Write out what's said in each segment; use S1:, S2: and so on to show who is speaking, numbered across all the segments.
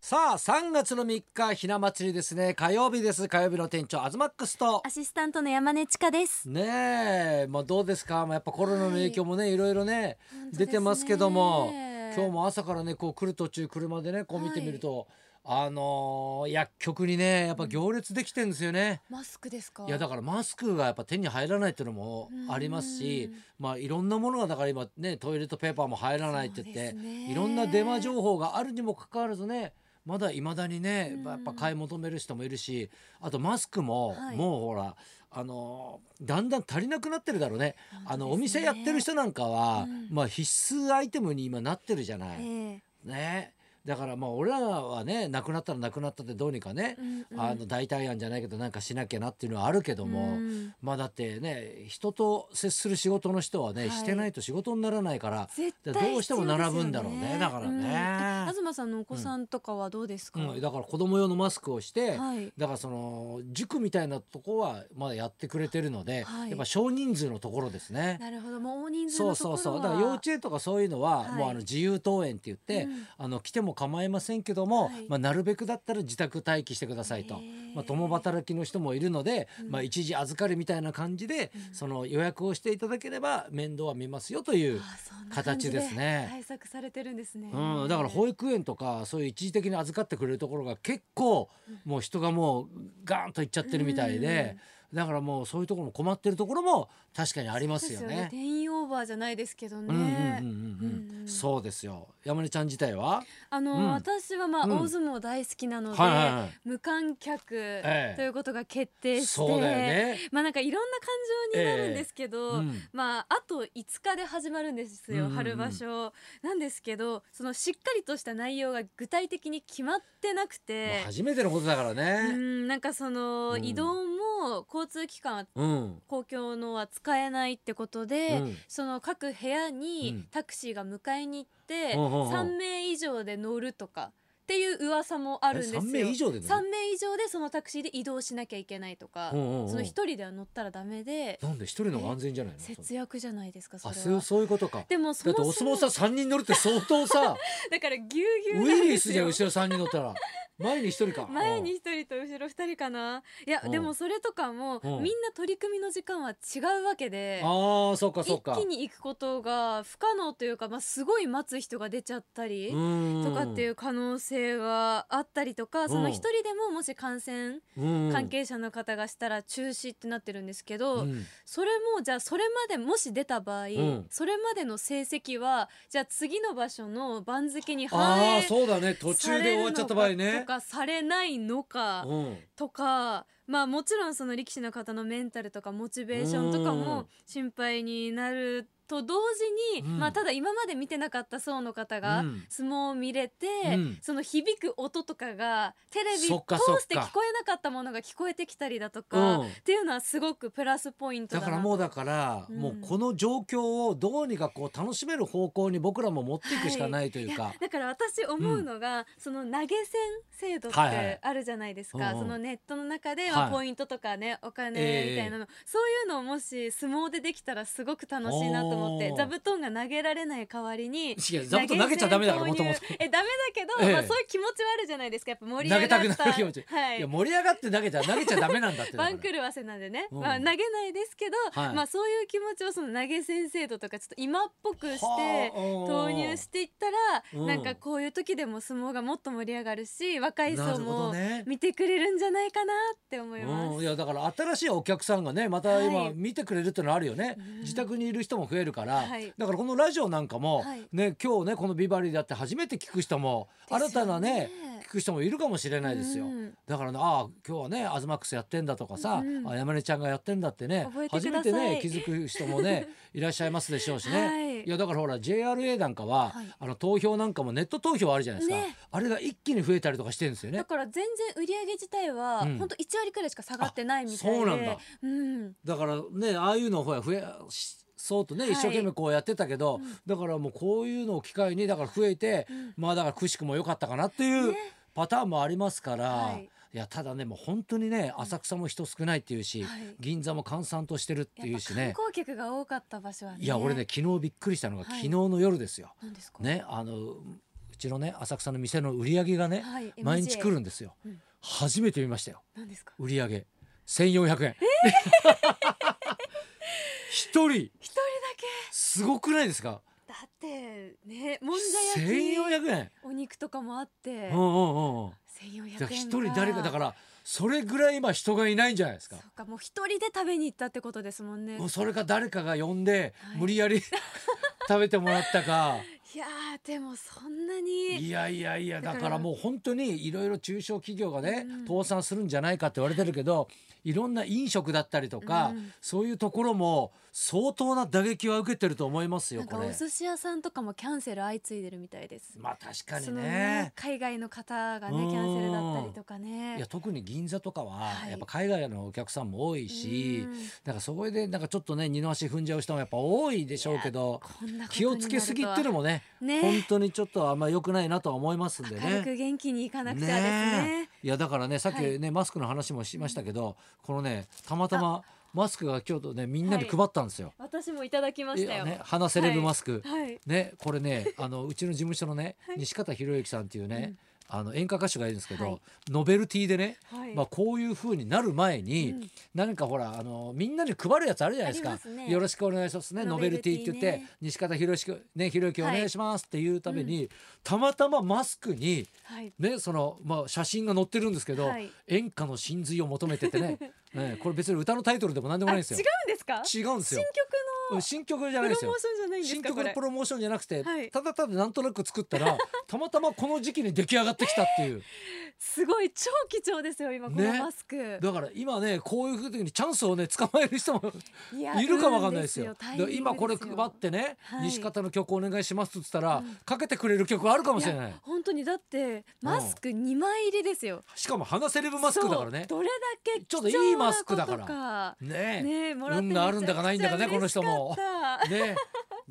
S1: さあ3月の3日ひな祭りですね火曜日です火曜日の店長アズマックスと
S2: アシスタントの山根千佳です。
S1: ねえまあどうですかまあやっぱコロナの影響もね、い、ろいろね
S2: 本当です
S1: 出
S2: ね
S1: てますけども今日も朝からねこう来る途中車でねこう見てみると、あのー薬局にねやっぱ行列できてるんですよね、
S2: マスクですか。
S1: いやだからマスクがやっぱ手に入らないっていうのもありますし
S2: うん
S1: まあいろんなものがだから今ねトイレットペーパーも入らないって言って、
S2: そうですね
S1: いろんなデマ情報があるにもかかわらずねまだいまだにね
S2: うん
S1: やっぱ買い求める人もいるしあとマスクも
S2: はい
S1: もうほらあのだんだん足りなくなってるだろうねあのお店やってる。人なんかは
S2: うん
S1: まあ必須アイテムに今なってるじゃな
S2: 本当で
S1: い。
S2: すね
S1: ねだからまあ俺らはねなくなったらなくなったってどうにかね
S2: ええうんうん
S1: あの代替案じゃないけどなんかしなきゃなっていうのはあるけども。
S2: うん
S1: まあだってね人と接する仕事の人はね、
S2: はい
S1: してないと仕事にならないから、
S2: 絶対
S1: どうしても
S2: 必要ですよ
S1: 並ぶんだろうねだからね
S2: うんえ東さんのお子さんとかはどうですか。
S1: うん、だから子供用のマスクをして、
S2: はい。
S1: だからその塾みたいなとこはまだやってくれてるので、
S2: はい
S1: やっぱ少人数のところですね。
S2: なるほど、もう大人数
S1: そう
S2: のとこ
S1: そ
S2: ろ
S1: う
S2: は。
S1: そうだから幼稚園とかそういうのは、
S2: はい
S1: もうあの自由登園って言って、
S2: うん
S1: あの来ても構いませんけども、
S2: はい
S1: まあ、なるべくだったら自宅待機してくださいと
S2: へ、ー
S1: まあ、共働きの人もいるので、
S2: うん
S1: まあ、一時預かるみたいな感じで、その予約をしていただければ面倒は見ますよという、
S2: あそんな感じ
S1: 形ですね
S2: 対策されてるんですね。
S1: うん、だから保育園とかそういう一時的に預かってくれるところが結構もう人がもうガーンと行っちゃってるみたいで、だからもうそういうところも困ってるところも確かにありますよ
S2: そうです
S1: ね。
S2: 店員オーバーじゃないですけど
S1: うんうんうん
S2: ね。
S1: うん
S2: う
S1: うんん、そうですよ山根ちゃん自体は、
S2: あの、
S1: うん
S2: 私はまあ、
S1: うん
S2: 大相撲大好きなので、
S1: はいはいはい
S2: 無観客
S1: ええ
S2: ということが決定して、
S1: そうだよね、
S2: まあなんかいろんな感情になるんですけ
S1: う
S2: ど、
S1: ん、
S2: まああと5日で始まるんです
S1: うん
S2: よ、
S1: うんうん
S2: 春場所なんですけどそのしっかりとした内容が具体的に決まってな
S1: まあ
S2: くて、
S1: 初めてのことだから
S2: う
S1: ね。
S2: んなんかその、
S1: うん
S2: 移動も交通機関は
S1: うん、
S2: 公共のは使えないってこと
S1: う
S2: で、
S1: ん
S2: その各部屋
S1: うん
S2: にタクシーが迎えに行って、
S1: ほうほうほう
S2: 3名以上で乗るとかっていう噂もあるんですよ
S1: え三名以上で乗る
S2: 3名以上でそのタクシーで移動しなきゃいけないとか、
S1: うんうんうん
S2: その1人では乗ったらダメで
S1: なんで一人の方が安全じゃないの？
S2: 節約じゃないですかそ
S1: あ
S2: れ
S1: そう
S2: は。
S1: そういうことか。
S2: でもそ
S1: だってお
S2: もそ
S1: 相撲
S2: も
S1: さん三人乗るって相当 さ
S2: だからぎゅうぎゅう
S1: ウ
S2: なん
S1: イリ
S2: で
S1: ース
S2: す
S1: じゃん
S2: よ
S1: 後ろ三人乗ったら前に一人か。
S2: 前に1人と後ろ2人かないや
S1: うん
S2: でもそれとかも
S1: うん
S2: みんな取り組みの時間は違うわけで
S1: ああそうかそう
S2: 一
S1: か。
S2: 気に行くことが不可能というか、まあ、すごい待つ人が出ちゃったり。と
S1: と
S2: かっていうう可能性があったりとか、その一人でももし感染関
S1: 関
S2: 係者の方がしたら中止ってなってるんですけ
S1: と
S2: ど、それもじゃあそれまでもし出た場合、
S1: ん
S2: それまでの成績はじゃあ次の場所の番付に反
S1: ああ
S2: 映
S1: そうだね途
S2: さ
S1: 中で
S2: れ
S1: 終
S2: る
S1: わっ
S2: の
S1: ちゃった場合
S2: か
S1: ね
S2: と。かされないのか
S1: うん
S2: とか、まあもちろんその力士の方のメンタルとかモチベーションとか
S1: うん
S2: も心配になると同時に、
S1: うん
S2: まあただ今まで見てなかった層の方が
S1: うん
S2: 相撲を見れて、
S1: うん
S2: その響く音とかがテレビ通
S1: そっかそっか
S2: して聞こえなかったものが聞こえてきたりだとか、
S1: うん
S2: っていうのはすごくプラスポイント
S1: だ
S2: だな
S1: からもうだから
S2: うん
S1: もうこの状況をどうにかこう楽しめる方向に僕らも持っていくしかないというか。
S2: だから私思うのが、その投げ銭制度っ
S1: はいはい
S2: てあるじゃないですか、
S1: うんうん
S2: そのネットの中で、
S1: は
S2: ま
S1: い
S2: あ、ポイントとかねお金みたいなの、そういうのをもし相撲でできたらすごく楽しいなと思って
S1: おー
S2: 座布団が投げられない代わり
S1: い
S2: に
S1: や座布団投げちゃダメだからもともと
S2: 投げ 銭。投入えダメだけど、
S1: ええ
S2: まあ、そういう気持ちはあるじゃないですかやっぱ盛り上がった
S1: 投げたくなる気持ち
S2: はい
S1: いや盛り上がって投げたら投げちゃダメなんだってだか
S2: 番
S1: ら
S2: 狂わせなんでね、
S1: うん
S2: まあ投げないですけど、
S1: はい
S2: まあそういう気持ちをその投げ銭制度とかちょっと今っぽくして
S1: はあ
S2: 投入していったら、
S1: うん
S2: なんかこういう時でも相撲がもっと盛り上がるし若い
S1: な
S2: 層
S1: るほど
S2: も
S1: ね
S2: 見てくれるんじゃないかなって思います。
S1: うん、いやだから新しいお客さんがねまた
S2: は
S1: 今
S2: い
S1: 見てくれるってのあるよね、
S2: うん
S1: 自宅にいる人も増えるから、
S2: はい
S1: だからこのラジオなんかも、
S2: はい
S1: ね今日ねこの「ビバリーだって初めて聞く人も、
S2: ですよね
S1: 新たなね聞く人もいるかもしれないですよ。
S2: うん
S1: だからねああ今日はねアズマックスやってんだとかさ、
S2: うん
S1: あ山根ちゃんがやってんだってね
S2: 覚えて
S1: 初
S2: く
S1: め
S2: ださい
S1: てね気づく人もね いらっしゃいますでしょうしね、
S2: はい
S1: やだからほら JRA なんかは、
S2: はい
S1: あの投票なんかもネット投票あるじゃないですか、
S2: ね
S1: あれが一気に増えたりとかしてるんですよね
S2: だ。から全然売り上げ自体は
S1: うん
S2: 本当1割くらいしか下がってないみたいで、
S1: あそうなんだ
S2: うん
S1: だからねああいうのをほら増やしそうとね、
S2: はい
S1: 一生懸命こうやってたけど、
S2: うん
S1: だからもうこういうのを機会にだから増えて、
S2: うん
S1: まあだからくしくも良かったかなっていう
S2: ね
S1: パターンもありますから、
S2: はい
S1: い、やただねもう本当にね浅草も人少ないっていうし、
S2: はい
S1: 銀座も閑散としてるっていう
S2: やっぱ
S1: し
S2: 観
S1: ね
S2: 光客が多かった場所はね
S1: いや俺ね昨日びっくりしたのが、
S2: はい
S1: 昨日の夜ですよ。
S2: 何ですか
S1: ねあのちのね浅草の店の売り上げがね、
S2: はい、
S1: 毎日来
S2: MJ
S1: るんですよ、
S2: うん
S1: 初めて見ましたよ
S2: 何ですか
S1: 売り上げ1400円 一、人
S2: 一人だけ
S1: すごくないですか
S2: だってねもんじゃ焼き
S1: 1400円
S2: お肉とかもあって
S1: うんうんうんうん
S2: 1400円
S1: だから一人誰かだかららそれぐらい今人がいないんじゃないです
S2: そ
S1: か
S2: うかもう一人で食べに行ったってことですもんね
S1: もうそれか誰かが呼んで
S2: はい
S1: 無理やり 食べてもらった か
S2: いやーでもそんなに
S1: いやいやいや
S2: だ
S1: だ
S2: から
S1: からもう本当にいろいろ中小企業がね
S2: うん
S1: 倒産するんじゃないかって言われてるけどいろんな飲食だったりとか
S2: うん
S1: そういうところも相当な打撃は受けてると思いますよ
S2: なんか
S1: こ
S2: お
S1: れ。
S2: 寿司屋さんとかもキャンセル相次いでるみたいです
S1: まあ確かに
S2: その
S1: ね
S2: ね。海外の方がね
S1: うん
S2: キャンセルだったりとかね
S1: いや特に銀座とかは
S2: はい
S1: やっぱ海外のお客さんも多いし、
S2: うん
S1: なんかそこでなんかちょっとね二の足踏んじゃう人もやっぱ多いでしょうけど
S2: こんなこと
S1: 気をつけすぎっての
S2: も
S1: もね
S2: ね
S1: 本当にちょっとあんま良くないなとは思いますんで
S2: 明るく
S1: ね。
S2: 元気にいかなくてはですね
S1: えいやだからねさっき
S2: は
S1: ね、マスクの話もしましたけど、このねたまたまマスクが今日とねみんなに配ったんですよ。
S2: 私もいただきま
S1: い
S2: した
S1: や
S2: よ、
S1: ね鼻セレブマスク、
S2: はい
S1: ねこれ ねあのうちの事務所のね、西方博之さんっていうね、あの演歌歌手がいるんですけど、
S2: はい
S1: ノベルティでね、
S2: はい
S1: まあ、こういう風になる前に、
S2: うん
S1: 何かほらあのみんなに配るやつあるじゃないです
S2: あ
S1: か
S2: りますね
S1: よろしくお願いしますねノ
S2: ノ
S1: ベ
S2: ベ
S1: ル
S2: ル
S1: テ
S2: テ
S1: ィ
S2: ィ
S1: って言って、
S2: ね
S1: 西方博之ね博之お願いしますっていうために、たまたまマスクに
S2: はい
S1: ねそのまあ写真が載ってるんですけど、
S2: はい
S1: 演歌の真髄を求めてって ねねこれ別に歌のタイトルでも何でも
S2: あ
S1: ない
S2: 違うん
S1: ん
S2: で
S1: です
S2: す
S1: よ。
S2: か
S1: 違うんですよ。
S2: 新
S1: 新曲じゃない
S2: 曲の
S1: で
S2: プ
S1: す
S2: ロ
S1: よ
S2: モー。ションじゃないんです
S1: 新
S2: かこ
S1: 曲の
S2: れ
S1: プロモーションじゃなくて、
S2: はい
S1: ただただなんとなく作ったら たまたまこの時期に出来上がってきたっていう
S2: すごい超貴重ですよ今この
S1: ね
S2: マスク、
S1: だから今ねこういう時にチャンスをね捕まえる人も
S2: いや
S1: いるかもわかんないですよ。
S2: 運
S1: だ
S2: で
S1: から今これ配ってね、
S2: はい
S1: 西方の曲お願いしますって言ったら、かけてくれる曲あるかもしれない
S2: や本当にだってマスク2枚入りですよ、
S1: しかも鼻セレブマスクだからね
S2: そうどれだけ
S1: ちょっと
S2: 貴重
S1: いい
S2: な
S1: マスクだから
S2: ことか
S1: ねえ
S2: ねえもらって
S1: 運があるんだかないんだかねこの人も
S2: めちゃ嬉しかった
S1: ねえ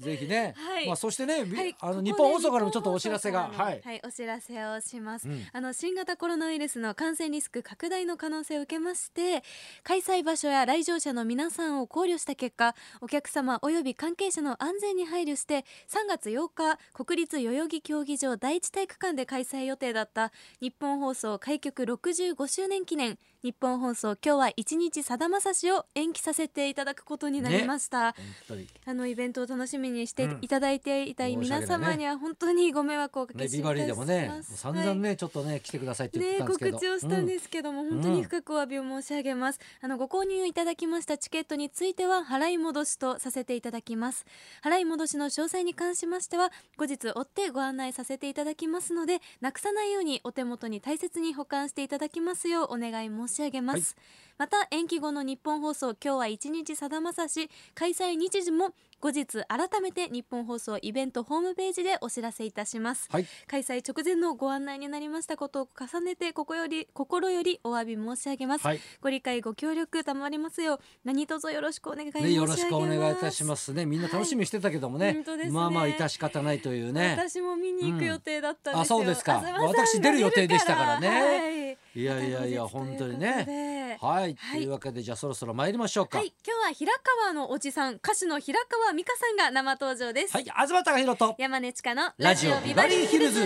S1: ぜひね、
S2: はい
S1: まあそしてね、
S2: はい、
S1: あの
S2: ここ
S1: 日
S2: で
S1: 本放送からもちょっとお知らせが
S2: 日本放送から
S1: は
S2: の
S1: い、
S2: はい、お知らせをします、
S1: うん
S2: あの新型コロナウイルスの感染リスク拡大の可能性を受けまして開催場所や来場者の皆さんを考慮した結果お客様および関係者の安全に配慮して3月8日国立代々木競技場第一体育館で開催予定だった日本放送開局65周年記念日本放送今日は一日さだまさしを延期させていただくことになりまし
S1: 本
S2: た、
S1: 当に
S2: あのイベントを楽しみにして
S1: うん
S2: いただいていた
S1: 申し訳ない
S2: 皆
S1: ね
S2: 様には本当にご迷惑をおか
S1: ね
S2: けし
S1: ビ
S2: いた
S1: バ
S2: し
S1: リーでもねも
S2: ま
S1: う
S2: す
S1: 散々ね、ちょっとね来てくださいって言ってた
S2: ね、
S1: んですけ
S2: 告
S1: ど、
S2: 知をしたん
S1: うん
S2: ですけども、本当に深くお詫びを申し上げます、あのご購入いただきましたチケットについては払い戻しとさせていただきます払い戻しの詳細に関しましては後日追ってご案内させていただきますのでなくさないようにお手元に大切に保管していただきますようお願い申し上げます、また延期後の日本放送今日は一日さだまさし開催日時も後日改めて日本放送イベントホームページでお知らせいたします、
S1: はい
S2: 開催直前のご案内になりましたことを重ねてここより心よりお詫び申し上げます、
S1: はい
S2: ご理解ご協力賜りますよう何卒よろしくお願い申し上
S1: ね、
S2: げ
S1: よ
S2: ま
S1: ろ
S2: す、
S1: しくお願いいたしますね。みんな楽しみにしてたけどもね、
S2: はい本当ですね
S1: まあまあ致し方ないというね。
S2: 私も見に行く予定だったんですよ、
S1: うんあそうですか
S2: 東さんが
S1: 私出る予定でしたからね
S2: はい
S1: いやいやいや
S2: また後
S1: 本
S2: 日と
S1: 当
S2: いうことで
S1: にね。はい、
S2: はい
S1: というわけでじゃあそろそろ参りましょうか。
S2: は
S1: はいい、
S2: 今日は平川のおじさん歌手の平川美香さんが生登場です、
S1: 東貴博と。
S2: 山根千佳の
S1: ラジオビバリーヒルズ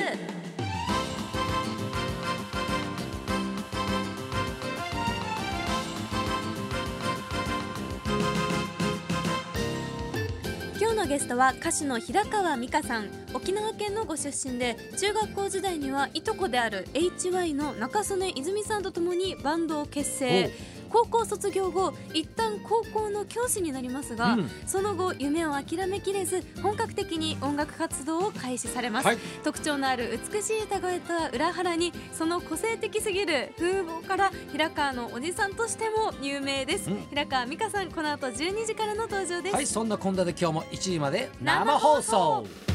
S2: 今日のゲストは歌手の平川美香さん沖縄県のご出身で中学校時代にはいとこである HY の中曽根泉さんと共にバンドを結成高校卒業後一旦高校の教師になりますが、
S1: うん
S2: その後夢を諦めきれず本格的に音楽活動を開始されます、
S1: はい
S2: 特徴のある美しい歌声とは裏腹にその個性的すぎる風貌から平川のおじさんとしても有名です、
S1: うん
S2: 平川美香さんこの後12時からの登場です、
S1: はい、そんなこんなで今日も1時まで
S2: 生放送
S1: 生放送